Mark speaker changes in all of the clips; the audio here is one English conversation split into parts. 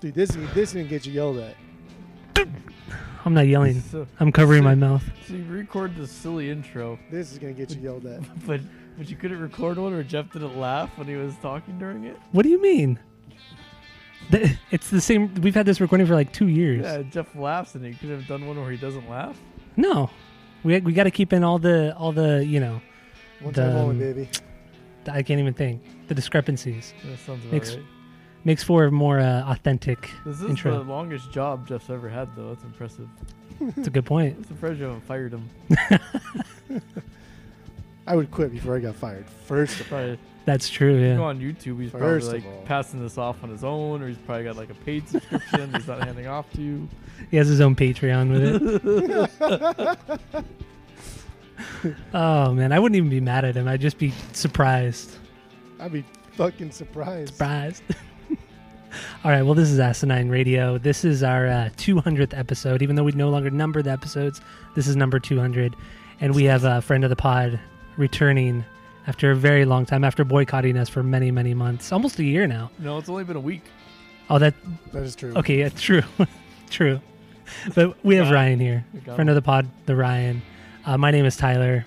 Speaker 1: Dude, this this didn't get you yelled at.
Speaker 2: I'm not yelling.
Speaker 3: So,
Speaker 2: I'm covering my mouth.
Speaker 3: so you record this silly intro,
Speaker 1: This is gonna get you yelled at.
Speaker 3: but but you couldn't record one, or Jeff didn't laugh when he was talking during it.
Speaker 2: What do you mean? Th- It's the same. We've had this recording for like two years.
Speaker 3: Yeah, Jeff laughs, and he could have done one where he doesn't laugh.
Speaker 2: No, we we got to keep in all the all the you know.
Speaker 1: One time
Speaker 2: Dumb.
Speaker 1: only, baby.
Speaker 2: I can't even think the discrepancies
Speaker 3: That sounds about
Speaker 2: Makes-
Speaker 3: right.
Speaker 2: makes for a more uh, authentic.
Speaker 3: This is
Speaker 2: intro.
Speaker 3: the longest job Jeff's ever had, though. That's impressive.
Speaker 2: It's a good point.
Speaker 3: It's impressive you haven't fired him.
Speaker 1: I would quit before I got fired. First of all,
Speaker 3: Probably
Speaker 2: That's true.
Speaker 3: go
Speaker 2: Yeah.
Speaker 3: on YouTube. He's probably
Speaker 1: First of
Speaker 3: like
Speaker 1: all.
Speaker 3: passing this off on his own, or he's probably got like a paid subscription. he's not handing off to you.
Speaker 2: He has his own Patreon with it. oh man, I wouldn't even be mad at him. I'd just be surprised.
Speaker 1: I'd be fucking surprised.
Speaker 2: surprised. All right, well, this is Asinine Radio. This is our uh, 200th episode. Even though we no longer number the episodes, this is number 200. And we have a friend of the pod returning after a very long time, after boycotting us for many, many months, almost a year now.
Speaker 3: No, it's only been a week.
Speaker 2: Oh, that,
Speaker 1: That is true.
Speaker 2: okay, yeah, true. true. But we have
Speaker 3: Got it.
Speaker 2: Ryan here,
Speaker 3: We got
Speaker 2: friend of the pod, the Ryan. Uh, my name is Tyler,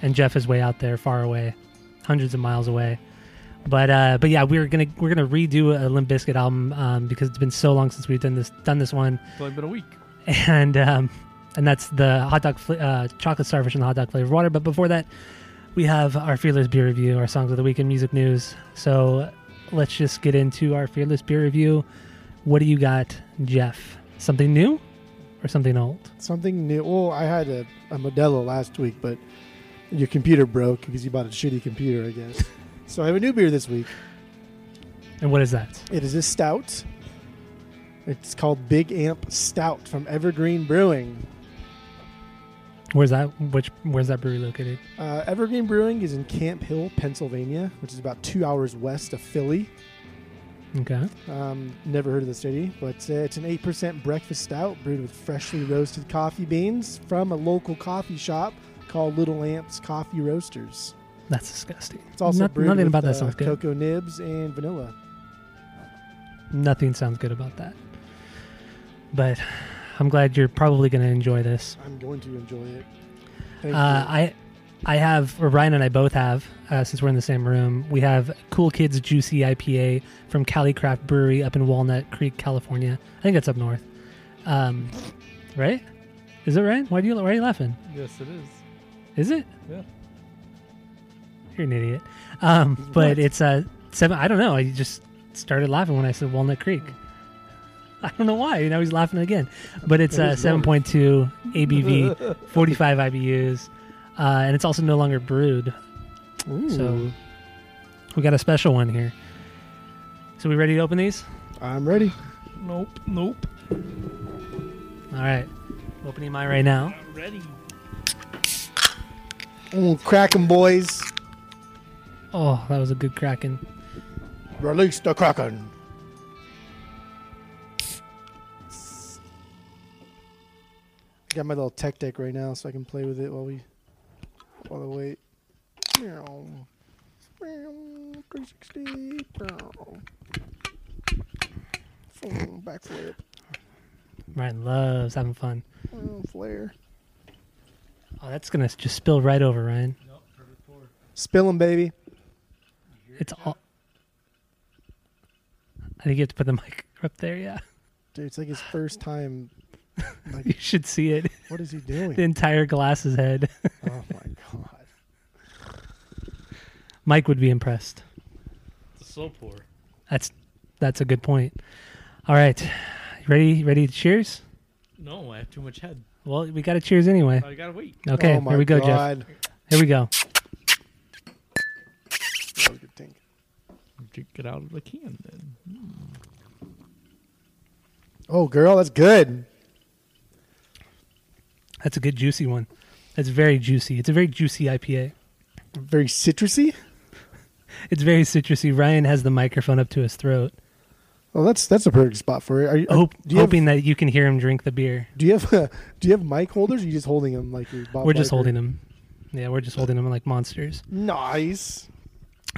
Speaker 2: and Jeff is way out there, far away, hundreds of miles away. But uh, but yeah, we're gonna we're gonna redo a Limp Bizkit album um, because it's been so long since we've done this done this one,
Speaker 3: It's only been a week.
Speaker 2: and um, and that's the hot dog fl- uh, chocolate starfish and the hot dog flavored water. But before that, we have our fearless beer review, our songs of the week, and music news. So let's just get into our fearless beer review. What do you got, Jeff? Something new or something old?
Speaker 1: Something new. Well, I had a, a Modelo last week, but your computer broke because you bought a shitty computer, I guess. so I have a new beer this week.
Speaker 2: And what is that?
Speaker 1: It is a stout. It's called Big Amp Stout from Evergreen Brewing.
Speaker 2: Where's that? Which where's that brewery located?
Speaker 1: Uh, Evergreen Brewing is in Camp Hill, Pennsylvania, which is about two hours west of Philly.
Speaker 2: Okay.
Speaker 1: Um, never heard of the city, but uh, it's an 8% breakfast stout brewed with freshly roasted coffee beans from a local coffee shop called Little Amp's Coffee Roasters.
Speaker 2: That's disgusting.
Speaker 1: It's also
Speaker 2: Not-
Speaker 1: brewed
Speaker 2: nothing
Speaker 1: with
Speaker 2: about that
Speaker 1: uh,
Speaker 2: sounds good.
Speaker 1: cocoa nibs and vanilla.
Speaker 2: Nothing sounds good about that. But I'm glad you're probably going to enjoy this.
Speaker 1: I'm going to enjoy it.
Speaker 2: Uh,
Speaker 1: Thank you.
Speaker 2: I I have or Ryan and I both have uh, since we're in the same room. We have Cool Kids Juicy IPA from Cali Craft Brewery up in Walnut Creek, California. I think that's up north. Um, right? Is it right? Why do you why are you laughing?
Speaker 3: Yes, it is.
Speaker 2: Is it?
Speaker 3: Yeah.
Speaker 2: You're an idiot. Um, but
Speaker 1: What?
Speaker 2: it's uh, seven. I don't know. I just started laughing when I said Walnut Creek. I don't know why. Now he's laughing again. But it's
Speaker 1: It
Speaker 2: uh,
Speaker 1: is normal.
Speaker 2: 7.2 ABV, 45 IBUs, uh, and it's also no longer brewed.
Speaker 1: Ooh.
Speaker 2: So we got a special one here. So we ready to open these?
Speaker 1: I'm ready.
Speaker 3: Nope. Nope.
Speaker 2: All right. Opening mine right now.
Speaker 3: I'm ready.
Speaker 1: Mm, crack 'em, boys.
Speaker 2: Oh, that was a good cracking.
Speaker 1: Release the Kraken. I got my little tech deck right now, so I can play with it while we while I wait. Meow. Meow. 360. Meow. Boom, Backflip.
Speaker 2: Ryan loves having fun.
Speaker 1: Meow, Flare.
Speaker 2: Oh, that's going to just spill right over, Ryan.
Speaker 1: Spill 'em, baby.
Speaker 2: It's all. I think you have to put the mic up there. Yeah,
Speaker 1: Dude, it's like his first time.
Speaker 2: you should see it.
Speaker 1: What is he
Speaker 2: The
Speaker 1: doing?
Speaker 2: entire glass's head.
Speaker 1: Oh my god.
Speaker 2: Mike would be impressed.
Speaker 3: It's so poor.
Speaker 2: That's that's a good point. All right, ready? Ready to cheers?
Speaker 3: No, I have too much head.
Speaker 2: Well, we got to cheers anyway.
Speaker 3: I gotta wait.
Speaker 2: Okay,
Speaker 1: oh my
Speaker 2: here we go, Jeff.
Speaker 1: god.
Speaker 2: Here we go.
Speaker 1: That was a good thing.
Speaker 3: Drink it out of the can then.
Speaker 1: Oh, girl, that's good.
Speaker 2: That's a good juicy one. That's very juicy. It's a very juicy IPA.
Speaker 1: Very citrusy.
Speaker 2: It's very citrusy. Ryan has the microphone up to his throat,
Speaker 1: Well, that's that's a perfect spot for it. Are you, are-
Speaker 2: hope,
Speaker 1: Uh, do you have,
Speaker 2: hoping that you can hear him drink the beer.
Speaker 1: do you have do you have mic holders? Or are you just holding them like you're Bob
Speaker 2: we're just
Speaker 1: Barker?
Speaker 2: holding him. Yeah, we're just holding him like monsters.
Speaker 1: Nice.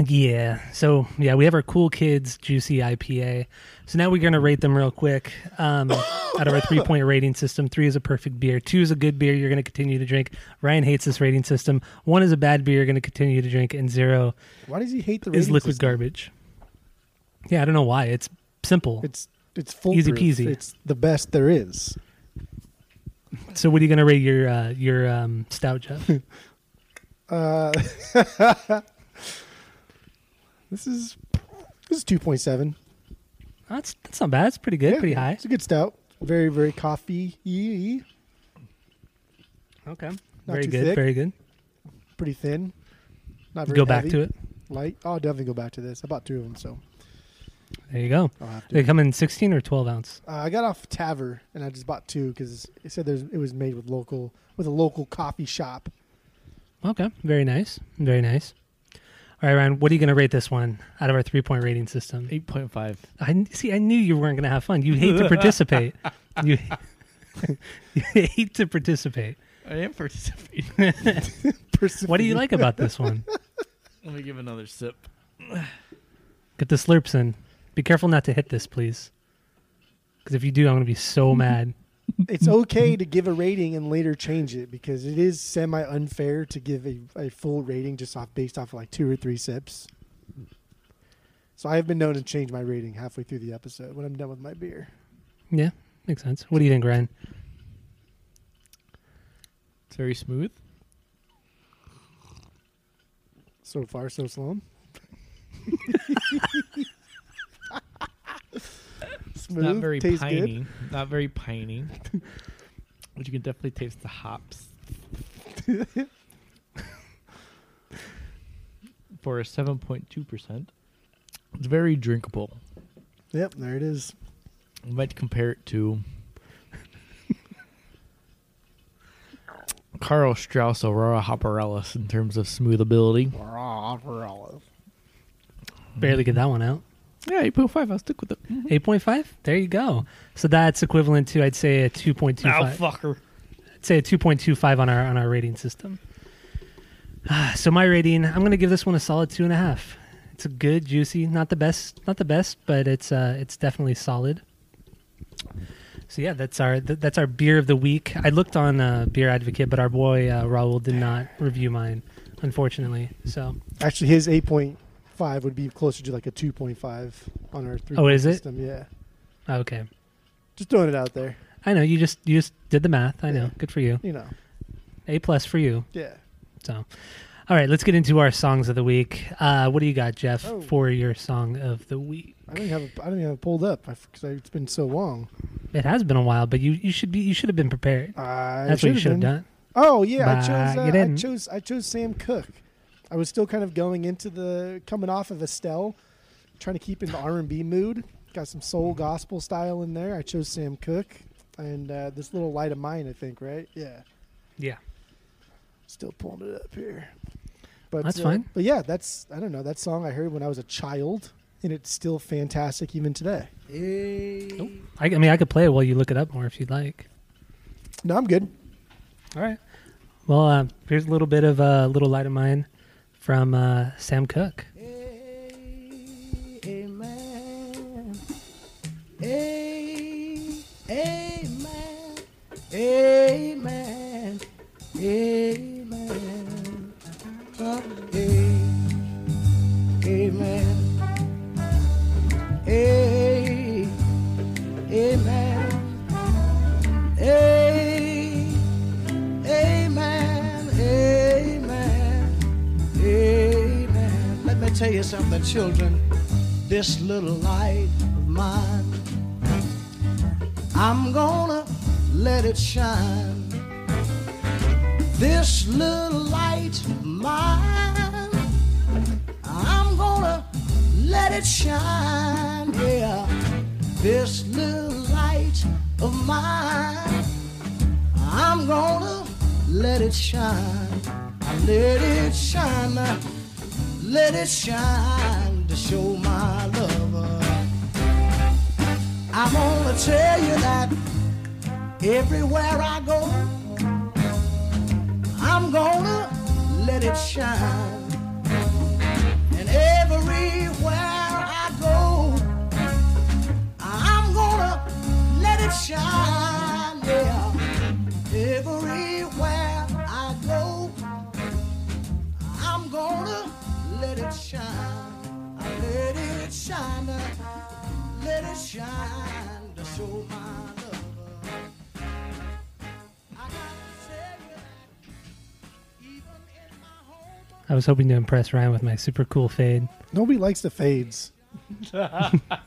Speaker 2: Yeah. So yeah, we have our cool kids juicy IPA. So now we're gonna rate them real quick. Um, out of our three point rating system, three is a perfect beer, two is a good beer you're gonna continue to drink. Ryan hates this rating system. One is a bad beer you're gonna continue to drink, and zero
Speaker 1: Why does he hate the
Speaker 2: is
Speaker 1: rating
Speaker 2: liquid
Speaker 1: system?
Speaker 2: garbage. Yeah, I don't know why. It's simple.
Speaker 1: It's it's full
Speaker 2: Easy peasy.
Speaker 1: It's the best there is.
Speaker 2: so what are you gonna rate your uh, your um, stout, Jeff?
Speaker 1: Uh, this is this is two point seven.
Speaker 2: that's that's not bad. It's pretty good. pretty high.
Speaker 1: It's a good stout. Very very coffee.
Speaker 2: Okay.
Speaker 1: Not
Speaker 2: very
Speaker 1: too
Speaker 2: good.
Speaker 1: thick.
Speaker 2: Very good.
Speaker 1: Pretty thin. Not very
Speaker 2: Go back
Speaker 1: heavy.
Speaker 2: to it.
Speaker 1: Light. I'll definitely go back to this. I bought two of them, so
Speaker 2: There you go.
Speaker 1: I'll have to.
Speaker 2: They come in sixteen or twelve ounce.
Speaker 1: Uh, I got off Taver and I just bought two because it said there's, it was made with local with a local coffee shop.
Speaker 2: Okay. Very nice. Very nice. All right, Ryan. What are you going to rate this one out of our three-point rating system?
Speaker 3: Eight point five.
Speaker 2: I kn- see. I knew you weren't going to have fun. You hate to participate. you, you hate to participate.
Speaker 3: I am participating.
Speaker 2: What do you like about this one?
Speaker 3: Let me give another sip.
Speaker 2: Get the slurps in. Be careful not to hit this, please. Because if you do, I'm going to be so mad.
Speaker 1: It's okay to give a rating and later change it because it is semi unfair to give a, a full rating just off based off of like two or three sips. So I have been known to change my rating halfway through the episode when I'm done with my beer.
Speaker 2: Yeah, makes sense. What do you think, Ryan?
Speaker 3: It's very smooth.
Speaker 1: So far, so Sloan. Smooth,
Speaker 3: Not very
Speaker 1: tastes
Speaker 3: piney.
Speaker 1: good.
Speaker 3: Not very piney. but you can definitely taste the hops. For a seven point two percent, it's very drinkable.
Speaker 1: Yep, there it is.
Speaker 3: I might compare it to Carl Strauss Aurora Hopperellis in terms of smoothability.
Speaker 2: Barely get that one out.
Speaker 3: Yeah, eight point five. I'll stick with it.
Speaker 1: Mm-hmm.
Speaker 2: 8.5. There you go. So that's equivalent to, I'd say, a 2.25.
Speaker 3: fucker.
Speaker 2: I'd say a 2.25 on our on our rating system. Ah, so my rating, I'm going to give this one a solid two and a half. It's a good, juicy, not the best, not the best, but it's uh, it's definitely solid. So yeah, that's our th- that's our beer of the week. I looked on uh, Beer Advocate, but our boy uh, Raul did not review mine, unfortunately. So
Speaker 1: Actually, his eight point five would be closer to like a two point five on our three.
Speaker 2: Oh, is it?
Speaker 1: system. Yeah,
Speaker 2: okay,
Speaker 1: just throwing it out there.
Speaker 2: I know you just you just did the math. I know,
Speaker 1: Yeah.
Speaker 2: good for you.
Speaker 1: You know,
Speaker 2: A plus for you.
Speaker 1: yeah.
Speaker 2: So, all right, let's get into our songs of the week. Uh, what do you got, Jeff,
Speaker 1: Oh.
Speaker 2: for your song of the week?
Speaker 1: I don't even have I don't even have it pulled up because it's been so long.
Speaker 2: It has been a while, but you, you should be you should have been prepared.
Speaker 1: I
Speaker 2: That's what you
Speaker 1: should've
Speaker 2: should have
Speaker 1: been.
Speaker 2: done.
Speaker 1: Oh yeah, I
Speaker 2: Bah,
Speaker 1: chose.
Speaker 2: you
Speaker 1: Uh, I
Speaker 2: didn't.
Speaker 1: chose. I chose Sam Cook. I was still kind of going into the coming off of Estelle, trying to keep in the R and B mood. Got some soul gospel style in there. I chose Sam Cook and uh, this little light of mine. I think right. Yeah.
Speaker 2: Yeah.
Speaker 1: Still pulling it up here. But
Speaker 2: That's
Speaker 1: uh,
Speaker 2: fine.
Speaker 1: But yeah, that's I don't know that song I heard when I was a child, and it's still fantastic even today.
Speaker 2: I, I mean, I could play it while you look it up more if you'd like.
Speaker 1: No, I'm good.
Speaker 2: All right. Well, uh, here's a little bit of a little light of mine from uh, Sam Cook.
Speaker 4: Amen. A- Amen. Amen. Amen. Oh, a- Amen. A- Amen. A- Amen. Amen. Amen. Let me tell you something, children. This little light of mine, I'm gonna let it shine. This little light of mine, I'm gonna let let it shine, yeah. This little light of mine, I'm gonna let it shine. Let it shine, let it shine to show my lover. I'm gonna tell you that everywhere I go, I'm gonna let it shine. And everywhere I go, I'm gonna let it shine. Yeah. Everywhere I go, I'm gonna let it shine. I let it shine. I let it shine to show my lover. I gotta tell you that even in my home.
Speaker 2: I was hoping to impress Ryan with my super cool fade.
Speaker 1: Nobody likes the fades. Fades
Speaker 2: Ryan,
Speaker 1: are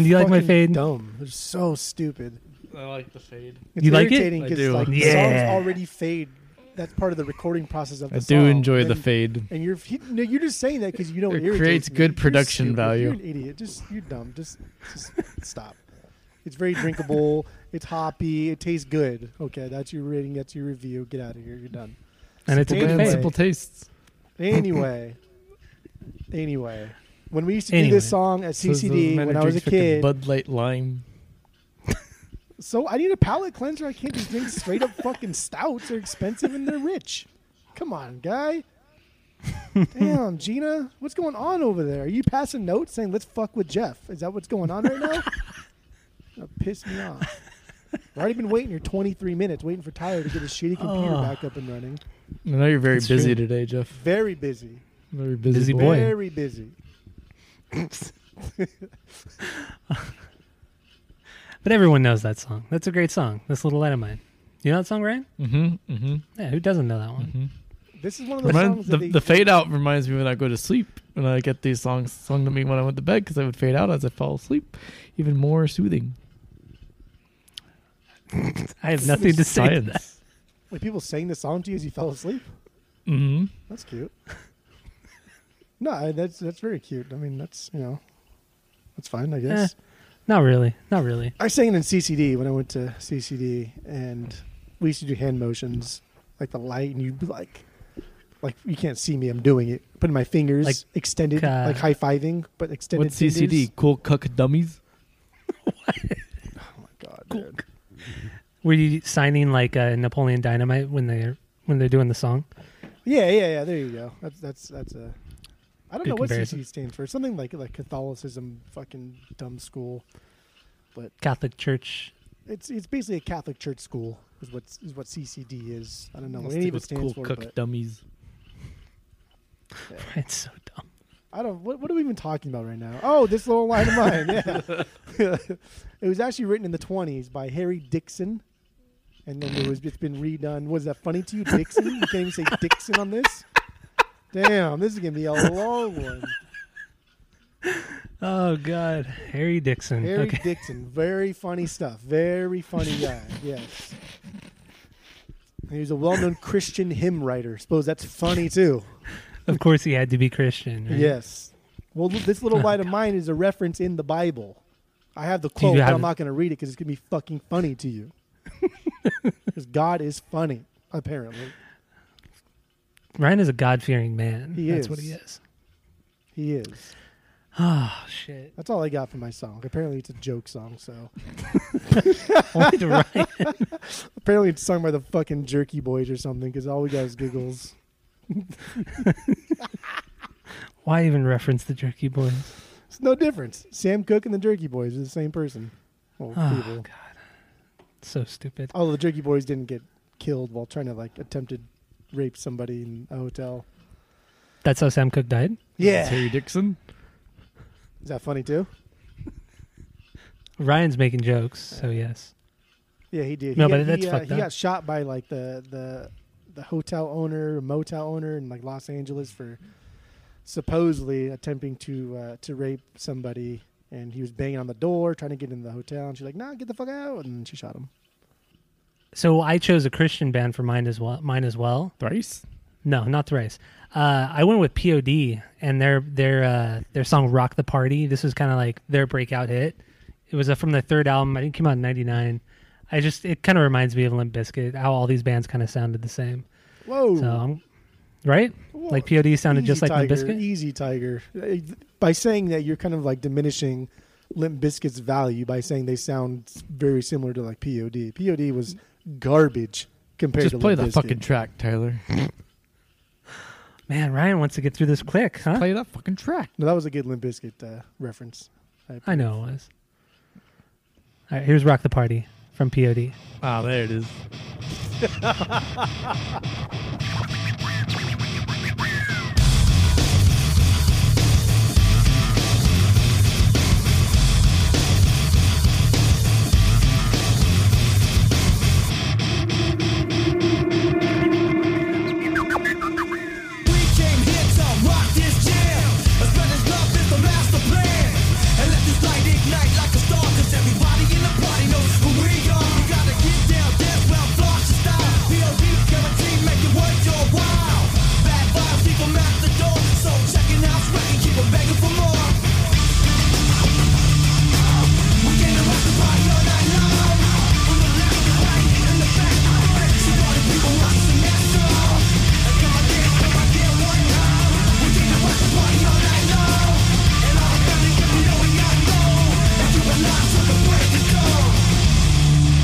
Speaker 2: do you like my
Speaker 1: fucking
Speaker 2: fade?
Speaker 1: Dumb. They're so stupid.
Speaker 3: I like the fade.
Speaker 1: It's
Speaker 2: You like it?
Speaker 1: irritating
Speaker 3: I
Speaker 1: 'cause,
Speaker 3: do.
Speaker 1: Like, The
Speaker 2: Yeah.
Speaker 1: songs already fade. That's part of the recording process of the
Speaker 3: I
Speaker 1: song.
Speaker 3: do enjoy the
Speaker 1: Then-
Speaker 3: fade.
Speaker 1: And you're you no, you're just saying that because you know what
Speaker 3: It
Speaker 1: irritates
Speaker 3: creates
Speaker 1: me.
Speaker 3: good
Speaker 1: You're
Speaker 3: production
Speaker 1: stupid.
Speaker 3: value.
Speaker 1: You're an idiot. Just you're dumb. Just, just stop. It's very drinkable. It's hoppy. It tastes good. Okay, that's your rating. That's your review. Get out of here. You're done.
Speaker 2: And it's a good
Speaker 1: Anyway.
Speaker 2: fade.
Speaker 3: Simple tastes.
Speaker 1: Anyway, anyway, when we used to do
Speaker 2: Anyway.
Speaker 1: this song at
Speaker 3: Says those
Speaker 1: CCD
Speaker 3: men
Speaker 1: when
Speaker 3: who
Speaker 1: I was a
Speaker 3: drinks freaking
Speaker 1: kid,
Speaker 3: Bud Light Lime.
Speaker 1: so I need a palate cleanser. I can't just drink straight up fucking stouts. They're expensive and they're rich. Come on, guy. Damn, Gina, what's going on over there? Are you passing notes saying let's fuck with Jeff? Is that what's going on right now? that pissed me off. I've already been waiting here 23 minutes, waiting for Tyler to get his shitty computer
Speaker 2: Oh.
Speaker 1: back up and running.
Speaker 3: I know you're very
Speaker 2: It's
Speaker 3: busy
Speaker 2: true.
Speaker 3: today, Jeff.
Speaker 1: Very busy.
Speaker 3: Very busy,
Speaker 2: Busy
Speaker 3: boy.
Speaker 2: boy.
Speaker 1: Very busy.
Speaker 2: But everyone knows that song. That's a great song. This little light of mine. You know that song, Ryan?
Speaker 3: Mm-hmm. Mm-hmm.
Speaker 2: Yeah, who doesn't know that one?
Speaker 1: This is one of those
Speaker 3: Remind,
Speaker 1: songs that
Speaker 3: the,
Speaker 1: they,
Speaker 3: the fade out reminds me when I go to sleep. When I get these songs sung to me when I went to bed, because I would fade out as I fall asleep, even more soothing.
Speaker 1: Mm.
Speaker 2: I have nothing to say to that.
Speaker 3: Science.
Speaker 1: like, people sang the song to you as you fell asleep.
Speaker 3: Mm-hmm.
Speaker 1: That's cute. no, I, that's that's very cute. I mean, that's you know, that's fine, I
Speaker 2: Eh.
Speaker 1: guess.
Speaker 2: Not really. Not really.
Speaker 1: I sang it in CCD when I went to CCD, and we used to do hand motions like the light, and you'd be like, like you can't see me, I'm doing it, putting my fingers
Speaker 2: Like,
Speaker 1: extended,
Speaker 2: uh,
Speaker 1: like high fiving, but extended.
Speaker 3: What's CCD?
Speaker 1: fingers.
Speaker 3: Cool cuck dummies.
Speaker 1: Oh my god,
Speaker 2: Cool.
Speaker 1: dude.
Speaker 2: Were you signing like uh, Napoleon Dynamite when they're when they're doing the song?
Speaker 1: Yeah, yeah, yeah. There you go. That's that's that's a. I don't
Speaker 2: Good
Speaker 1: know what
Speaker 2: comparison.
Speaker 1: CCD stands for. Something like like Catholicism, fucking dumb school.
Speaker 2: Catholic Church.
Speaker 1: It's it's basically a Catholic church school is what is what CCD is. I don't know
Speaker 3: Let's
Speaker 1: what any
Speaker 3: stick
Speaker 1: of it
Speaker 3: with
Speaker 1: stands
Speaker 3: cool
Speaker 1: for.
Speaker 3: cuck
Speaker 1: But
Speaker 3: dummies.
Speaker 2: It's so dumb.
Speaker 1: I don't. What, what are we even talking about right now? Oh, this little line of mine. Yeah, it was actually written in the twenties by Harry Dixon, and then it was it's been redone. Was that funny to you, Dixon? You can't even say Dixon on this. Damn, this is gonna be a long one.
Speaker 2: Oh God, Harry Dixon.
Speaker 1: Harry
Speaker 2: okay.
Speaker 1: Dixon, very funny stuff. Very funny guy. Yes. He was a well-known Christian hymn writer. Suppose that's funny too.
Speaker 2: Of course, he had to be Christian. Right?
Speaker 1: Yes. Well, th- this little
Speaker 2: Oh,
Speaker 1: light of mine is a reference in the Bible. I have the quote,
Speaker 2: have
Speaker 1: but I'm
Speaker 2: it?
Speaker 1: not going to read it because it's going to be fucking funny to you. Because God is funny, apparently.
Speaker 2: Ryan is a God fearing man.
Speaker 1: He
Speaker 2: That's
Speaker 1: is.
Speaker 2: what he is.
Speaker 1: He is.
Speaker 2: Oh shit.
Speaker 1: That's all I got for my song. Apparently, it's a joke song. So
Speaker 2: Why did Ryan?
Speaker 1: apparently, it's sung by the fucking Jerky Boys or something. Because all we got is giggles.
Speaker 2: Why even reference the Jerky Boys?
Speaker 1: It's no difference. Sam Cooke and the Jerky Boys are the same person. Well,
Speaker 2: Oh,
Speaker 1: people.
Speaker 2: So stupid.
Speaker 1: Although the Jerky Boys didn't get killed while trying to like attempted rape somebody in a hotel.
Speaker 2: That's how Sam Cooke died.
Speaker 3: It's
Speaker 1: Yeah,
Speaker 3: Harry Dixon.
Speaker 1: is that funny too?
Speaker 2: Ryan's making jokes, so yes.
Speaker 1: Yeah, he did.
Speaker 2: No,
Speaker 1: he
Speaker 2: but
Speaker 1: got,
Speaker 2: that's
Speaker 1: he, uh,
Speaker 2: fucked
Speaker 1: he
Speaker 2: up.
Speaker 1: got shot by like the the the hotel owner, motel owner in like Los Angeles for supposedly attempting to uh, to rape somebody, and he was banging on the door trying to get in the hotel, and she's like, "Nah, get the fuck out!" and she shot him.
Speaker 2: So I chose a Christian band for mine as well. Mine as well.
Speaker 3: Thrice.
Speaker 2: No, not Thrice. Uh, I went with POD and their their uh, their song "Rock the Party." This was kind of like their breakout hit. It was uh, from their third album. I think it came out in '99. I just it kind of reminds me of Limp Bizkit. How all these bands kind of sounded the same.
Speaker 1: Whoa.
Speaker 2: So, um, right? Like POD sounded just like
Speaker 1: Tiger, E-,
Speaker 2: Limp Bizkit.
Speaker 1: Easy Tiger. Uh, By saying that, you're kind of like diminishing Limp Biscuit's value by saying they sound very similar to like POD. POD was garbage compared to
Speaker 3: Just play
Speaker 1: Limp
Speaker 3: the
Speaker 1: Bizkit.
Speaker 3: fucking track, Tyler.
Speaker 2: Man, Ryan wants to get through this quick, huh?
Speaker 3: Play that fucking track.
Speaker 1: No, that was a good Limp Biscuit uh, reference.
Speaker 2: I know it was. All right, here's "Rock the Party" from POD.
Speaker 3: Ah, there it is.
Speaker 5: We came here to rock this jam. As brothers love is the master plan. And let this light ignite like a star. Cause everybody in the party knows who we are. You gotta get down, dance well, floss your style. POD guarantee, make it worth your while. Bad vibes, leave 'em at the door. So check it out, sweat and keep 'em begging for more. We came to rock the party all night long. From the left to right and in the back. See all the people watching that show. And come on, dance, come on, dance one time. We came to rock the party all night long. And all the family, cause we know we got go. And you belong to the break of dawn.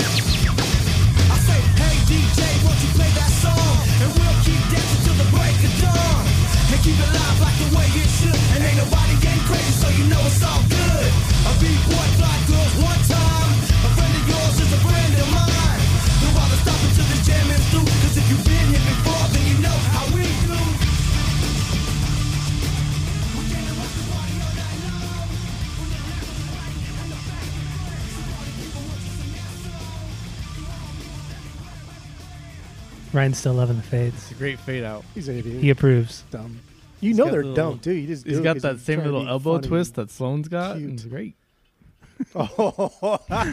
Speaker 5: I say, hey DJ, won't you play that song? And we'll keep dancing till the break of dawn. And keep it live like the way it should. And ain't nobody getting crazy, so you know it's all good. A B-boy fly girls one time. A friend of yours is a friend of mine. Don't bother stopping till this jam is through. Cause if you've been here before, then you know how we do. We came to rock the party all night long. From the left to the right and the back to the front. See all the people working some ass
Speaker 2: Ryan's still loving the fades.
Speaker 3: It's a great fade out.
Speaker 1: He's an idiot.
Speaker 2: He approves.
Speaker 1: dumb. You
Speaker 3: He's
Speaker 1: know
Speaker 3: got
Speaker 1: they're
Speaker 3: the little-
Speaker 1: dumb too. You just
Speaker 3: He's
Speaker 1: do it
Speaker 3: got
Speaker 1: 'cause
Speaker 3: that same
Speaker 1: trying to
Speaker 3: little
Speaker 1: be
Speaker 3: elbow
Speaker 1: funny.
Speaker 3: twist that Sloan's got.
Speaker 1: Cute.
Speaker 3: It's great.
Speaker 1: Oh.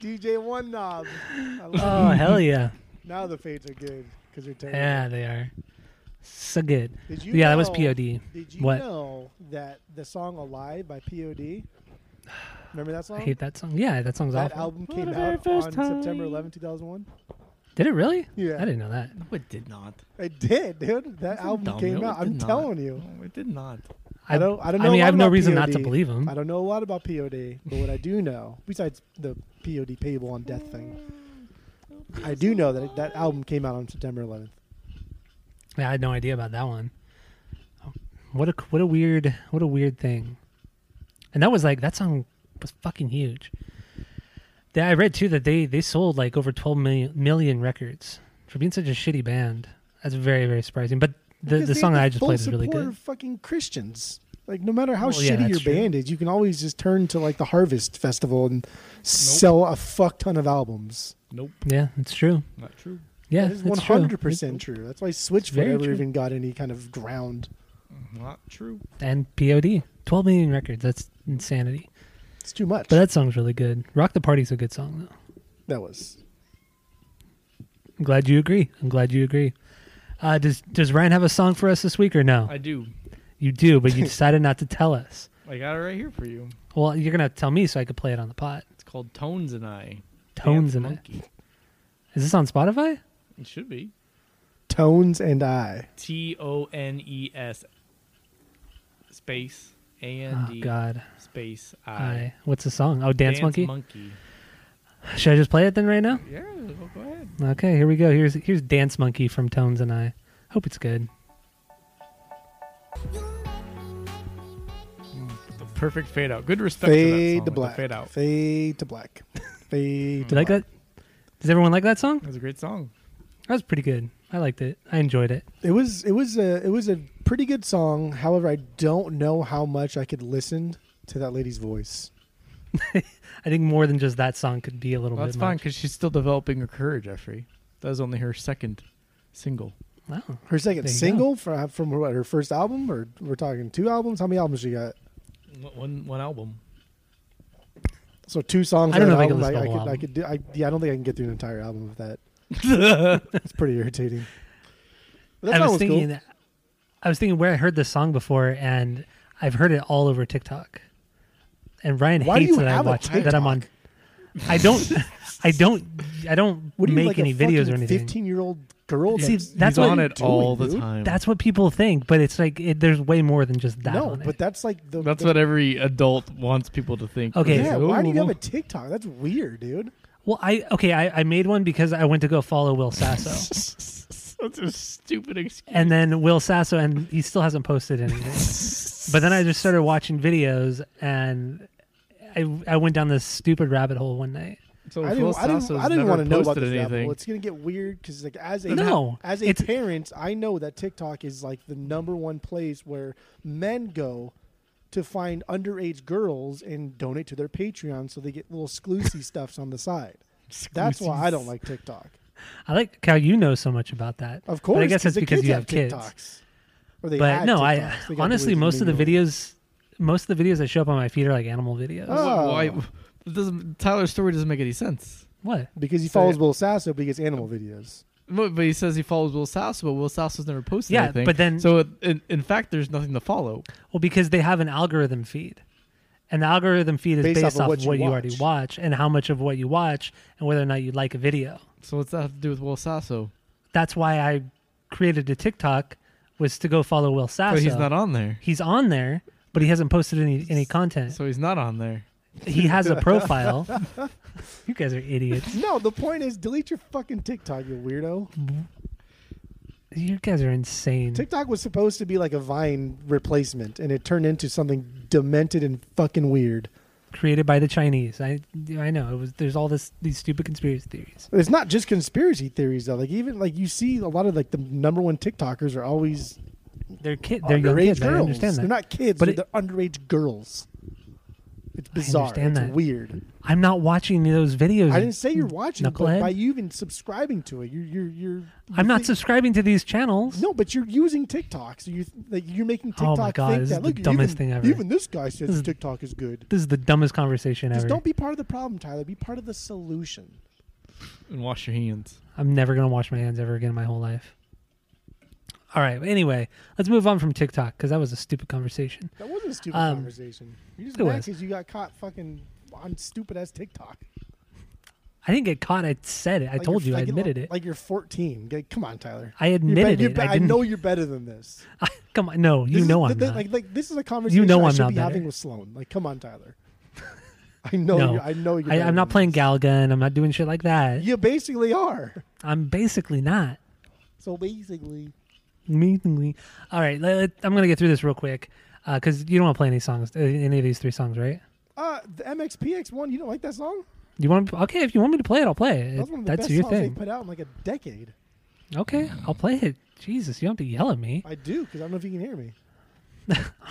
Speaker 1: DJ One Knob. I love
Speaker 2: Oh hell yeah,
Speaker 1: it. Now the fades are good because they're terrible.
Speaker 2: yeah they are so good.
Speaker 1: Did you
Speaker 2: Yeah, that was
Speaker 1: know-
Speaker 2: POD.
Speaker 1: Did you
Speaker 2: What?
Speaker 1: know that the song "Alive" by POD? Remember that song?
Speaker 2: I hate that song. Yeah, that song's
Speaker 1: that
Speaker 2: awful.
Speaker 1: album
Speaker 3: For
Speaker 1: came
Speaker 3: the very
Speaker 1: out
Speaker 3: first
Speaker 1: on
Speaker 3: time.
Speaker 1: September 11, 2001.
Speaker 2: Did it really?
Speaker 1: Yeah.
Speaker 2: I didn't know that.
Speaker 3: No, it did not.
Speaker 1: It did, dude. That album
Speaker 3: Dumb,
Speaker 1: came
Speaker 3: no,
Speaker 1: out.
Speaker 3: it did
Speaker 1: I'm
Speaker 3: not.
Speaker 1: telling you.
Speaker 3: No, it did not.
Speaker 1: I don't- I don't
Speaker 2: I
Speaker 1: know
Speaker 2: mean,
Speaker 1: a lot
Speaker 2: I have no
Speaker 1: about
Speaker 2: reason not to
Speaker 1: POD.
Speaker 2: believe him.
Speaker 1: I don't know a lot about POD, but what I do know, besides the POD payable on death thing, I do know that that album came out on September 11th.
Speaker 2: Yeah, I had no idea about that one. Oh, What a what a weird what a weird thing. And that was like that song was fucking huge. Yeah, I read too that they they sold like over 12 million, million records for being such a shitty band. That's very very surprising. But the,
Speaker 1: Because
Speaker 2: the
Speaker 1: they
Speaker 2: song
Speaker 1: had
Speaker 2: that I just
Speaker 1: full
Speaker 2: played is really
Speaker 1: support
Speaker 2: good.
Speaker 1: of fucking Christians. Like no matter how
Speaker 2: Well, yeah,
Speaker 1: shitty your
Speaker 2: that's true.
Speaker 1: band is, you can always just turn to like the Harvest Festival and sell a fuck ton of albums.
Speaker 3: Nope,
Speaker 2: Yeah, it's true.
Speaker 3: not true.
Speaker 2: Yeah,
Speaker 1: that is one
Speaker 2: it's true.
Speaker 1: hundred percent true. That's why Switchfoot
Speaker 2: very
Speaker 1: ever
Speaker 2: true.
Speaker 1: even got any kind of ground.
Speaker 3: Not true.
Speaker 2: And POD, 12 million records. That's insanity.
Speaker 1: It's too much.
Speaker 2: But that song's really good. Rock the Party's a good song though.
Speaker 1: that was
Speaker 2: I'm glad you agree. I'm glad you agree. Uh, does does Ryan have a song for us this week or no?
Speaker 3: I do.
Speaker 2: you do, but you decided not to tell us.
Speaker 3: I got it right here for you.
Speaker 2: Well, you're gonna tell me so I could play it on the pot.
Speaker 3: It's called Tones and I.
Speaker 2: Tones
Speaker 3: Dance
Speaker 2: in it.
Speaker 3: Monkey.
Speaker 2: Is this on Spotify?
Speaker 3: It should be
Speaker 1: Tones and I.
Speaker 3: T O N E S space A N
Speaker 2: Oh
Speaker 3: D
Speaker 2: God,
Speaker 3: space Ah, I.
Speaker 2: I. What's the song? Oh, Dance, Monkey.
Speaker 3: Monkey.
Speaker 2: Should I just play it then right now?
Speaker 3: Yeah, well, go ahead.
Speaker 2: Okay, here we go. Here's here's Dance Monkey from Tones and I. Hope it's good.
Speaker 3: The perfect fade out. Good respect
Speaker 1: Fade
Speaker 3: to that song
Speaker 1: to
Speaker 3: with the
Speaker 1: black.
Speaker 3: fade out.
Speaker 1: Fade to black. Fade.
Speaker 2: Do
Speaker 1: to
Speaker 2: you
Speaker 1: black.
Speaker 2: like Hmm. that? Does everyone like that song?
Speaker 3: That was a great song.
Speaker 2: That was pretty good. I liked it. I enjoyed it.
Speaker 1: It was it was a it was a pretty good song. However, I don't know how much I could listen to that lady's voice.
Speaker 2: I think more than just that song could be a little
Speaker 3: Well, that's
Speaker 2: bit.
Speaker 3: fine because she's still developing her courage, Jeffrey. That was only her second single.
Speaker 2: much. Wow.
Speaker 1: Her second uh,
Speaker 2: There you
Speaker 1: single from from her, what, her first album, or we're talking two albums. How many albums she got?
Speaker 3: One- One one album.
Speaker 1: So two songs.
Speaker 2: I don't
Speaker 1: on
Speaker 2: know
Speaker 1: an
Speaker 2: if I
Speaker 1: album,
Speaker 2: can listen to the
Speaker 1: I,
Speaker 2: whole
Speaker 1: I could, I could do. I, yeah, I don't think I can get through an entire album of that. it's pretty irritating. But that
Speaker 2: I
Speaker 1: song
Speaker 2: was
Speaker 1: was
Speaker 2: thinking,
Speaker 1: cool.
Speaker 2: I was thinking where I heard this song before, and I've heard it all over TikTok. And Ryan
Speaker 1: Why do
Speaker 2: hates
Speaker 1: you
Speaker 2: that I
Speaker 1: have a
Speaker 2: watch that I'm on. I don't, I don't, I don't
Speaker 1: What do you
Speaker 2: make
Speaker 1: like
Speaker 2: any
Speaker 1: a
Speaker 2: videos
Speaker 1: fucking
Speaker 2: or anything.
Speaker 1: Fifteen-year-old girl.
Speaker 2: See,
Speaker 1: that's-
Speaker 2: that's
Speaker 3: He's
Speaker 2: what
Speaker 3: on
Speaker 2: you
Speaker 3: it
Speaker 1: doing,
Speaker 3: all the
Speaker 1: dude?
Speaker 3: time.
Speaker 2: That's what people think, but it's like it, there's way more than just that.
Speaker 1: no,
Speaker 2: on it.
Speaker 1: but that's like the.
Speaker 3: That's
Speaker 1: the,
Speaker 3: what every adult wants people to think.
Speaker 2: Okay.
Speaker 1: Yeah,
Speaker 3: Like,
Speaker 1: why do
Speaker 3: "Oh,
Speaker 1: you have a TikTok? That's weird, dude.
Speaker 2: well, I okay, I, I made one because I went to go follow Will Sasso,
Speaker 3: That's a stupid excuse.
Speaker 2: and then Will Sasso, and he still hasn't posted anything. but then I just started watching videos, and I I went down this stupid rabbit hole one night.
Speaker 3: So
Speaker 1: I
Speaker 3: Phil
Speaker 1: didn't, I didn't,
Speaker 3: Sasso's
Speaker 1: I didn't
Speaker 3: never
Speaker 1: want to know about
Speaker 3: posted
Speaker 1: this
Speaker 3: anything.
Speaker 1: Apple. It's gonna get weird because, like, as a
Speaker 2: No,
Speaker 1: as a
Speaker 2: it's-
Speaker 1: parent, I know that TikTok is like the number one place where men go to find underage girls and donate to their Patreon, so they get little exclusive stuffs on the side. That's why I don't like TikTok.
Speaker 2: I like how you know so much about that.
Speaker 1: Of course,
Speaker 2: but I guess that's
Speaker 1: the
Speaker 2: because
Speaker 1: kids
Speaker 2: you have kids.
Speaker 1: TikToks. Or they
Speaker 2: But
Speaker 1: had
Speaker 2: no,
Speaker 1: TikToks. They
Speaker 2: I
Speaker 1: got
Speaker 2: honestly
Speaker 1: deleted
Speaker 2: most of the
Speaker 1: immediately.
Speaker 2: videos, most of the videos that show up on my feed are like animal videos.
Speaker 1: Oh.
Speaker 3: Why- Why? It doesn't, Tyler's story doesn't make any sense.
Speaker 2: What?
Speaker 1: because he
Speaker 3: So,
Speaker 1: follows
Speaker 3: yeah.
Speaker 1: Will Sasso, but he gets animal videos.
Speaker 3: No, But he says he follows Will Sasso, but Will Sasso's never posted
Speaker 2: Yeah,
Speaker 3: anything.
Speaker 2: but then-
Speaker 3: so in, in fact, there's nothing to follow.
Speaker 2: Well, because they have an algorithm feed. And the algorithm feed is based, off, of what, you, already
Speaker 1: watch.
Speaker 2: watch and how much of what you watch and whether or not you like a video.
Speaker 3: So what's that have to do with Will Sasso?
Speaker 2: That's why I created a TikTok was to go follow Will Sasso.
Speaker 3: But he's not on there.
Speaker 2: He's on there, but he hasn't posted any any content.
Speaker 3: So he's not on there.
Speaker 2: he has a profile. you guys are idiots.
Speaker 1: No, the point is, delete your fucking TikTok, you weirdo.
Speaker 2: You guys are insane.
Speaker 1: TikTok was supposed to be like a Vine replacement, and it turned into something demented and fucking weird.
Speaker 2: Created by the Chinese. I I know. It was there's all this these stupid conspiracy theories.
Speaker 1: It's not just conspiracy theories though. Like even like you see a lot of like the number one TikTokers are always
Speaker 2: They're kid they're young
Speaker 1: underage
Speaker 2: kids.
Speaker 1: girls.
Speaker 2: I understand that.
Speaker 1: They're not kids,
Speaker 2: But
Speaker 1: but
Speaker 2: it-
Speaker 1: they're underage girls. It's bizarre.
Speaker 2: understand
Speaker 1: it's
Speaker 2: that.
Speaker 1: weird.
Speaker 2: I'm not watching those videos.
Speaker 1: I didn't say you're watching, but
Speaker 2: Knucklehead.
Speaker 1: by you even subscribing to it, you're you're you're.
Speaker 2: I'm not
Speaker 1: think-
Speaker 2: subscribing to these channels.
Speaker 1: No, but you're using TikTok, so you like you're making
Speaker 2: Oh my
Speaker 1: TikTok
Speaker 2: God,
Speaker 1: think
Speaker 2: this
Speaker 1: that
Speaker 2: is the
Speaker 1: look
Speaker 2: dumbest
Speaker 1: even,
Speaker 2: thing ever.
Speaker 1: Even this guy
Speaker 2: This
Speaker 1: says
Speaker 2: is-
Speaker 1: TikTok is good.
Speaker 2: This is the dumbest conversation
Speaker 1: Just
Speaker 2: ever.
Speaker 1: don't be part of the problem, Tyler. Be part of the solution.
Speaker 3: And wash your hands.
Speaker 2: I'm never gonna wash my hands ever again in my whole life. All right. Anyway, let's move on from TikTok because that was a stupid conversation.
Speaker 1: That wasn't a stupid
Speaker 2: Um,
Speaker 1: conversation. You just
Speaker 2: it
Speaker 1: mad
Speaker 2: was.
Speaker 1: because you got caught fucking on stupid ass TikTok.
Speaker 2: I didn't get caught. I said it. I
Speaker 1: Like
Speaker 2: told
Speaker 1: you're-
Speaker 2: you. I
Speaker 1: like you're-
Speaker 2: admitted it.
Speaker 1: Like you're 14. Like, come on, Tyler.
Speaker 2: I
Speaker 1: You're bet-
Speaker 2: admitted
Speaker 1: you're
Speaker 2: it.
Speaker 1: bet-
Speaker 2: I
Speaker 1: I
Speaker 2: didn't.
Speaker 1: know you're better than this.
Speaker 2: come on. No, you
Speaker 1: This
Speaker 2: know
Speaker 1: is,
Speaker 2: I'm
Speaker 1: th-
Speaker 2: not.
Speaker 1: Like, like this is a conversation
Speaker 2: I'm
Speaker 1: I should
Speaker 2: not
Speaker 1: be
Speaker 2: better.
Speaker 1: having with Sloan. Like, come on, Tyler. I know.
Speaker 2: No.
Speaker 1: You're, I know. You're
Speaker 2: I,
Speaker 1: better
Speaker 2: I'm not
Speaker 1: than
Speaker 2: playing
Speaker 1: this.
Speaker 2: Galaga and I'm not doing shit like that.
Speaker 1: You basically are.
Speaker 2: I'm basically not.
Speaker 1: So basically,
Speaker 2: Amazingly. All right. Let, let- I'm gonna get through this real quick because you don't want to play any songs, uh, any of these three songs, right?
Speaker 1: uh, the MXPX one. You don't like that song?
Speaker 2: You want? Okay, if you want me to play it, I'll play it.
Speaker 1: That was one of the
Speaker 2: That's
Speaker 1: best
Speaker 2: your
Speaker 1: songs
Speaker 2: thing.
Speaker 1: they put out in like a decade.
Speaker 2: Okay, I'll play it. Jesus, you don't have to yell at me.
Speaker 1: I do because I don't know if you can hear me.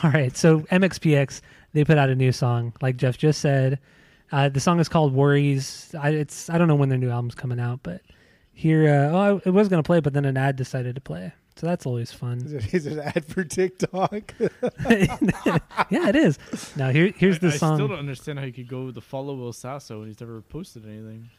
Speaker 2: All right, so MXPX they put out a new song, like Jeff just said. Uh, the song is called Worries. I, it's I don't know when their new album's coming out, but here, uh, oh, I, it was gonna play, but then an ad decided to play, so that's always fun.
Speaker 1: Is it, is it an ad for TikTok?
Speaker 2: yeah, it is. Now here, here's the
Speaker 3: I, I still
Speaker 2: song.
Speaker 3: don't understand how you could go to follow Will Sasso and he's never posted anything.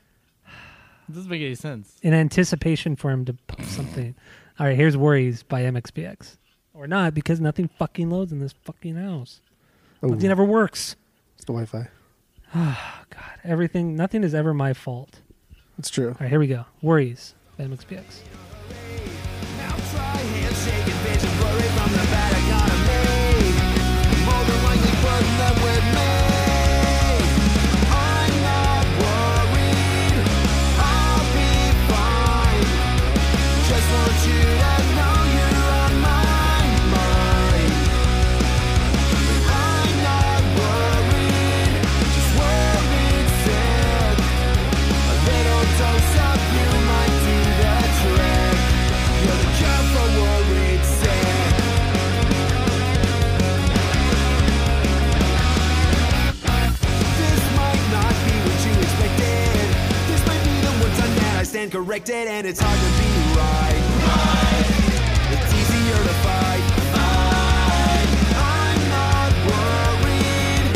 Speaker 3: It doesn't make any sense.
Speaker 2: in anticipation for him to
Speaker 1: Mm.
Speaker 2: pop something. All right, here's Worries by MXPX. Or not, because nothing fucking loads in this fucking house. Nothing ever works.
Speaker 1: It's the Wi-Fi.
Speaker 2: Oh, God. Everything, nothing is ever my fault.
Speaker 1: It's true.
Speaker 2: All right, here we go. Worries by MXPX.
Speaker 5: Now try handshake and vision blurry from the bad economy. More than likely burden them with me. I'm not worried. I'll be fine. Just want you to know you're on my mind. I'm not worried. Just worried sick. A little dose of you might do the trick. You're the cure for worried sick. This might not be what you expected. This might be the one time that I stand corrected, and it's hard to be right. It's easier to fight. Fight. I'm not worried.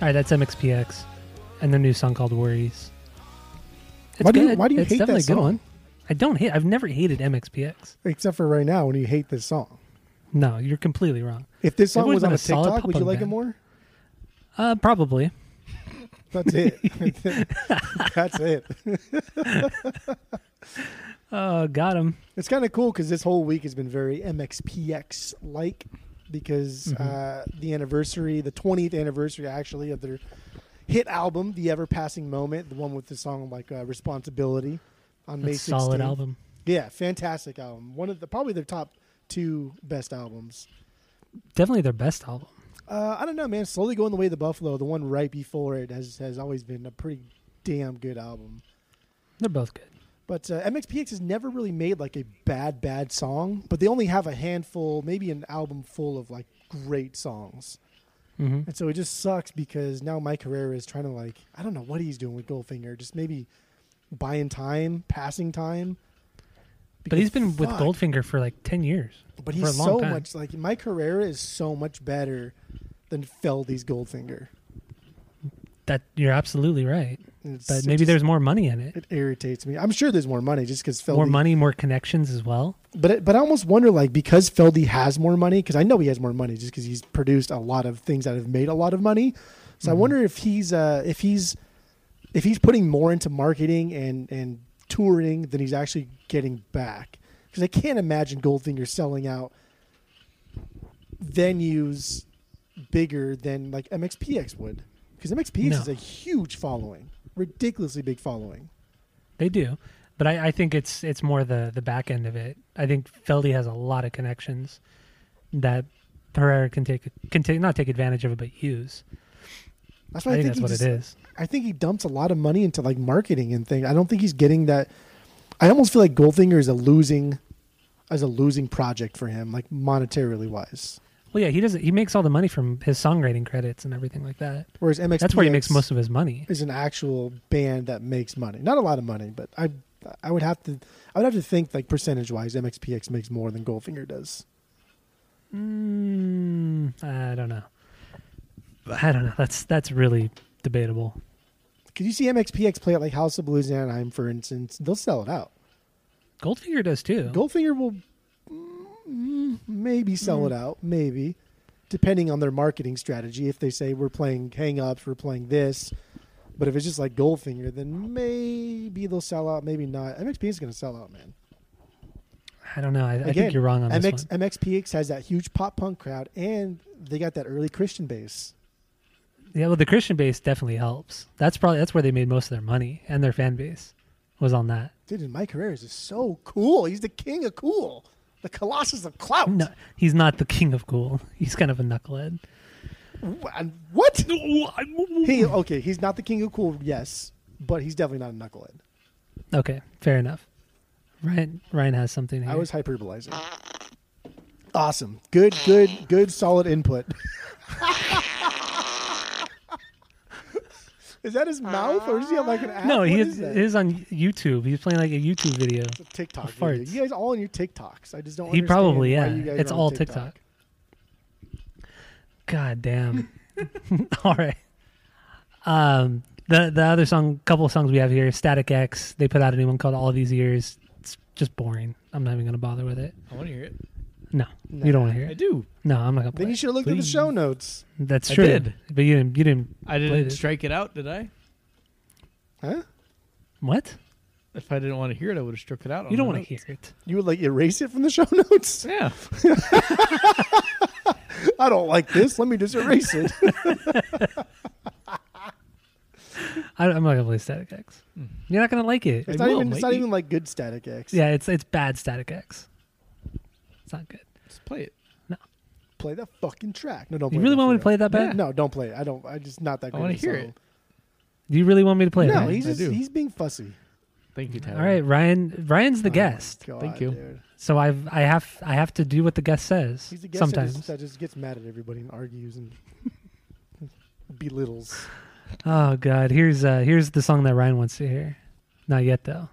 Speaker 2: All right, that's MXPX, and their new song called Worries. It's
Speaker 1: Why do you-
Speaker 2: good.
Speaker 1: why do you
Speaker 2: It's
Speaker 1: hate that
Speaker 2: definitely a good
Speaker 1: song?
Speaker 2: one. I don't hate. I've never hated MXPX.
Speaker 1: Except for right now when you hate this song.
Speaker 2: No, you're completely wrong.
Speaker 1: If this song
Speaker 2: would've
Speaker 1: was
Speaker 2: been
Speaker 1: on
Speaker 2: a
Speaker 1: a
Speaker 2: solid
Speaker 1: TikTok, would you
Speaker 2: pop-punk
Speaker 1: like it
Speaker 2: band.
Speaker 1: more?
Speaker 2: Uh, probably.
Speaker 1: That's it. That's it.
Speaker 2: Uh, got him.
Speaker 1: It's kind of cool because this whole week has been very MXPX like because
Speaker 2: Mm-hmm.
Speaker 1: uh, the anniversary, the 20th anniversary actually of their hit album, The Ever Passing Moment, the one with the song like uh, Responsibility on May
Speaker 2: That's
Speaker 1: 16th.
Speaker 2: solid album.
Speaker 1: Yeah, fantastic album. One of the probably their top two best albums.
Speaker 2: Definitely their best album.
Speaker 1: Uh, I don't know, man. Slowly going the way of the Buffalo, the one right before it has has always been a pretty damn good album.
Speaker 2: They're both good.
Speaker 1: But uh, MXPX has never really made like a bad, bad song, but they only have a handful, maybe an album full of like great songs.
Speaker 2: hmm
Speaker 1: And so it just sucks because now Mike Herrera is trying to like, I don't know what he's doing with Goldfinger, just maybe buying time, passing time.
Speaker 2: But he's been with
Speaker 1: Fuck.
Speaker 2: Goldfinger for like ten years.
Speaker 1: But
Speaker 2: for
Speaker 1: he's
Speaker 2: a long
Speaker 1: so
Speaker 2: time.
Speaker 1: much like Mike Herrera is so much better than Feldy's Goldfinger.
Speaker 2: That you're absolutely right.
Speaker 1: It's-
Speaker 2: But
Speaker 1: it
Speaker 2: maybe
Speaker 1: just-
Speaker 2: there's more money in it.
Speaker 1: it irritates me. I'm sure there's more money just because Feldy
Speaker 2: More money, more connections as well.
Speaker 1: But it, but I almost wonder like because Feldy has more money because I know he has more money just because he's produced a lot of things that have made a lot of money. So
Speaker 2: Mm-hmm.
Speaker 1: I wonder if he's uh, if he's if he's putting more into marketing and and touring than he's actually getting back because I can't imagine Goldfinger selling out venues bigger than like MXPX would because MXPX
Speaker 2: No.
Speaker 1: is a huge following, ridiculously big following.
Speaker 2: They do. But I, I think it's it's more the the back end of it. I think Feldy has a lot of connections that Pereira can take can take not take advantage of it, but use.
Speaker 1: That's
Speaker 2: I,
Speaker 1: why I,
Speaker 2: think,
Speaker 1: he
Speaker 2: that's what
Speaker 1: just-
Speaker 2: it is.
Speaker 1: I think he dumps a lot of money into like marketing and things. I don't think he's getting that. I almost feel like Goldfinger is a losing, as a losing project for him, like monetarily wise.
Speaker 2: Well, yeah, he doesn't. He makes all the money from his songwriting credits and everything like that.
Speaker 1: Whereas MXPX
Speaker 2: That's where he makes most of his money.
Speaker 1: is an actual band that makes money, not a lot of money, but I, I would have to, I would have to think like percentage wise, MXPX makes more than Goldfinger does.
Speaker 2: Mm, I don't know. I don't know. That's that's really debatable.
Speaker 1: Because you see MXPX play at like House of Blues in Anaheim, for instance, they'll sell it out.
Speaker 2: Goldfinger does too.
Speaker 1: Goldfinger will mm, maybe sell it out, maybe, depending on their marketing strategy. If they say we're playing hang ups, we're playing this, but if it's just like Goldfinger, then maybe they'll sell out, maybe not. MXPX is going to sell out, man.
Speaker 2: I don't know. I, I think you're wrong on
Speaker 1: MX,
Speaker 2: this one.
Speaker 1: MXPX has that huge pop punk crowd, and they got that early Christian base.
Speaker 2: Yeah, well, the Christian base definitely helps. That's probably that's where they made most of their money and their fan base was on that.
Speaker 1: Dude, and Mike Herreras is so cool. He's the king of cool, the colossus of clout.
Speaker 2: No, he's not the king of cool. He's kind of a knucklehead.
Speaker 1: And What? He okay. He's not the king of cool, yes, but he's definitely not a knucklehead.
Speaker 2: Okay, fair enough. Ryan Ryan has something. Here.
Speaker 1: I was hyperbolizing. Awesome. Good, good, good, solid input. is that his mouth or does he have like an app?
Speaker 2: no,
Speaker 1: What
Speaker 2: he
Speaker 1: is
Speaker 2: is,
Speaker 1: that?
Speaker 2: is on YouTube. He's playing like a YouTube video.
Speaker 1: It's a TikTok
Speaker 2: farts.
Speaker 1: video. You guys all on your TikToks. I just don't
Speaker 2: He
Speaker 1: understand
Speaker 2: probably
Speaker 1: why
Speaker 2: yeah.
Speaker 1: you guys
Speaker 2: It's
Speaker 1: are on
Speaker 2: all TikTok. God damn. all right. Um, the the other song, couple of songs we have here, Static X. They put out a new one called All These Years. It's just boring. I'm not even gonna bother with it.
Speaker 3: I want to hear it.
Speaker 2: No, you don't want to hear
Speaker 3: I
Speaker 2: it.
Speaker 3: do.
Speaker 2: No, I'm not gonna. Play
Speaker 1: Then you
Speaker 2: it.
Speaker 1: should have looked at the
Speaker 3: Please.
Speaker 1: show notes.
Speaker 2: That's
Speaker 3: I
Speaker 2: true.
Speaker 3: did.
Speaker 2: But you didn't. You didn't.
Speaker 3: I
Speaker 2: Played
Speaker 3: didn't
Speaker 2: it.
Speaker 3: strike it out, did I?
Speaker 1: Huh?
Speaker 2: What?
Speaker 3: If I didn't want to hear it, I would have struck it out.
Speaker 2: You don't want to hear it.
Speaker 1: You would like erase it from the show notes?
Speaker 3: Yeah.
Speaker 1: I don't like this. Let me just erase it.
Speaker 2: I, I'm not gonna play Static X. You're not gonna like it.
Speaker 1: Hmm. It's
Speaker 3: I
Speaker 1: not
Speaker 3: will,
Speaker 1: even. It's not
Speaker 3: Mikey.
Speaker 1: even like good static X.
Speaker 2: Yeah, it's it's bad Static X. It's not good.
Speaker 3: Just play it.
Speaker 1: Play that fucking track. No, don't.
Speaker 2: You
Speaker 1: play
Speaker 2: really
Speaker 1: that
Speaker 2: want me
Speaker 1: for
Speaker 2: to play
Speaker 1: real.
Speaker 2: that bad?
Speaker 3: Yeah.
Speaker 1: No, don't play it. I don't. I just not that.
Speaker 3: I
Speaker 1: great
Speaker 3: wanna
Speaker 1: of a
Speaker 3: hear
Speaker 1: song.
Speaker 3: it.
Speaker 2: Do you really want me to play it?
Speaker 1: No,
Speaker 2: Ryan?
Speaker 1: he's
Speaker 3: I
Speaker 1: just,
Speaker 3: do.
Speaker 1: he's being fussy.
Speaker 3: Thank you, Tyler.
Speaker 2: All right, Ryan. Ryan's the
Speaker 1: Oh my
Speaker 2: guest,
Speaker 1: God,
Speaker 3: Thank you.
Speaker 1: dude.
Speaker 2: so I've I have I have to do what the guest says.
Speaker 1: He's the guest that
Speaker 2: sometimes.
Speaker 1: just, that just gets mad at everybody and argues and belittles.
Speaker 2: Oh God, here's uh here's the song that Ryan wants to hear. Not yet though.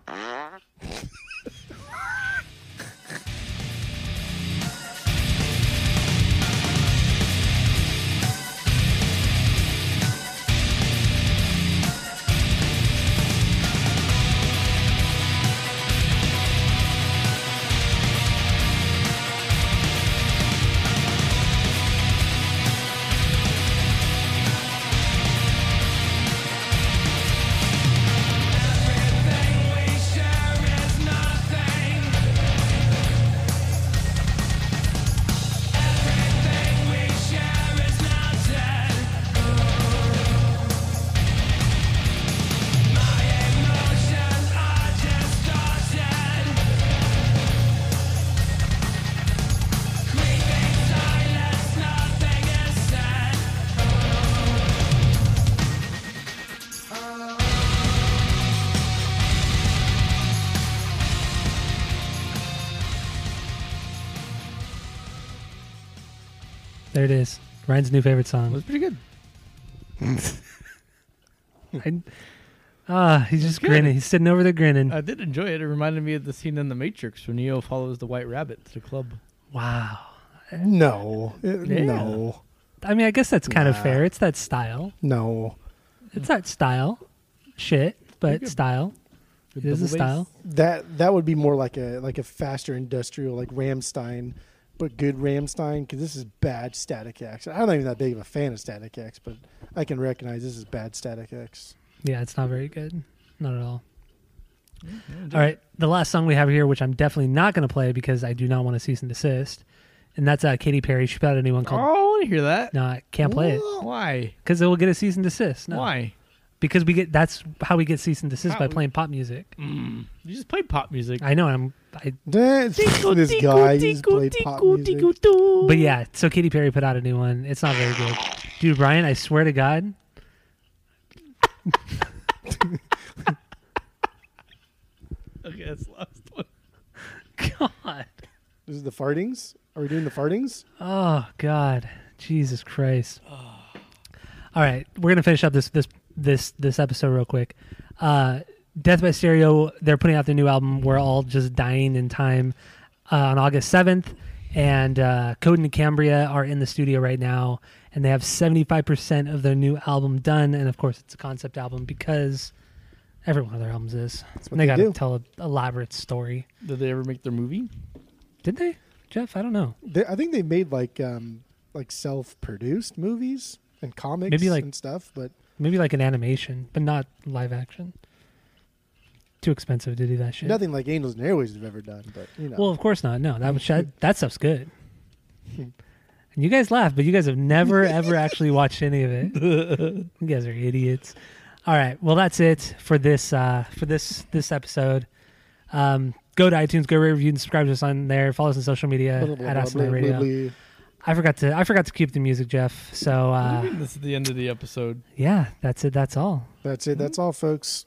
Speaker 2: There it is. Ryan's new favorite
Speaker 3: It
Speaker 2: song.
Speaker 3: was pretty good.
Speaker 2: I- Ah, he's just
Speaker 3: good.
Speaker 2: grinning. He's sitting over there grinning.
Speaker 3: I did enjoy it. It reminded me of the scene in The Matrix when Neo follows the White Rabbit to the club.
Speaker 2: wow.
Speaker 1: No, It-
Speaker 3: Yeah.
Speaker 1: Uh, no,
Speaker 2: I mean, I guess that's kind of
Speaker 1: Nah.
Speaker 2: fair. It's that style.
Speaker 1: no.
Speaker 2: It's that style. Shit, but
Speaker 3: good.
Speaker 2: style.
Speaker 3: The
Speaker 2: It is a
Speaker 3: double bass.
Speaker 2: style.
Speaker 1: That that would be more like a like a faster industrial like Ramstein, but good Ramstein because this is bad Static X. I'm not even that big of a fan of Static X, but I can recognize this is bad Static X.
Speaker 2: Yeah, it's not very good. Not at all.
Speaker 3: Mm-hmm.
Speaker 2: All right, the last song we have here, which I'm definitely not going to play because I do not want to cease and desist, and that's uh, Katy Perry. She put out a new one
Speaker 3: Oh,
Speaker 2: called
Speaker 3: I want to hear that.
Speaker 2: "No, I can't play it"
Speaker 3: Why?
Speaker 2: because it will get a cease and desist. No.
Speaker 3: Why?
Speaker 2: Because we get that's how we get cease and desist
Speaker 3: How- Mm.
Speaker 2: by playing pop music.
Speaker 3: You just play pop music.
Speaker 2: I know, and I'm, I,
Speaker 1: this guy he just played pop music.
Speaker 2: but yeah. So Katy Perry put out a new one. It's not very good, dude. Brian, I swear to God,
Speaker 3: Okay, that's the last one.
Speaker 2: God,
Speaker 1: This is the fartings. Are we doing the fartings?
Speaker 2: oh God, Jesus Christ. All right, we're gonna finish up this this this this episode real quick. Uh, Death by Stereo, they're putting out their new album. We're all just dying in time uh, on August seventh, and uh, Code and Cambria are in the studio right now, and they have seventy five percent of their new album done. And of course, it's a concept album because every one of their albums is.
Speaker 1: what
Speaker 2: they
Speaker 1: they
Speaker 2: got to
Speaker 1: do.
Speaker 2: tell an elaborate story.
Speaker 3: Did they ever make their movie?
Speaker 2: Did they, Jeff? I don't know.
Speaker 1: They, I think they made like um like self-produced movies and comics
Speaker 2: Maybe, like-
Speaker 1: and stuff, but
Speaker 2: Maybe like an animation, but not live action. Too expensive to do that shit.
Speaker 1: nothing like Angels and Airways have ever done. But you know,
Speaker 2: Well, of course not. No, that was that, that stuff's good.
Speaker 1: Hmm.
Speaker 2: And you guys laugh, but you guys have never ever actually watched any of it. you guys are idiots. All right, well that's it for this uh, for this this episode. Um, go to iTunes, go rate, review, and subscribe to us on there. Follow us on social media
Speaker 1: blah, blah, blah,
Speaker 2: at
Speaker 1: blah,
Speaker 2: Asinine
Speaker 1: blah,
Speaker 2: Radio.
Speaker 1: blah.
Speaker 2: I forgot to I forgot to keep the music, Jeff. So
Speaker 3: What do you
Speaker 2: uh,
Speaker 3: mean this is the end of the episode?
Speaker 2: yeah, that's it. That's all.
Speaker 1: That's it. That's all, folks.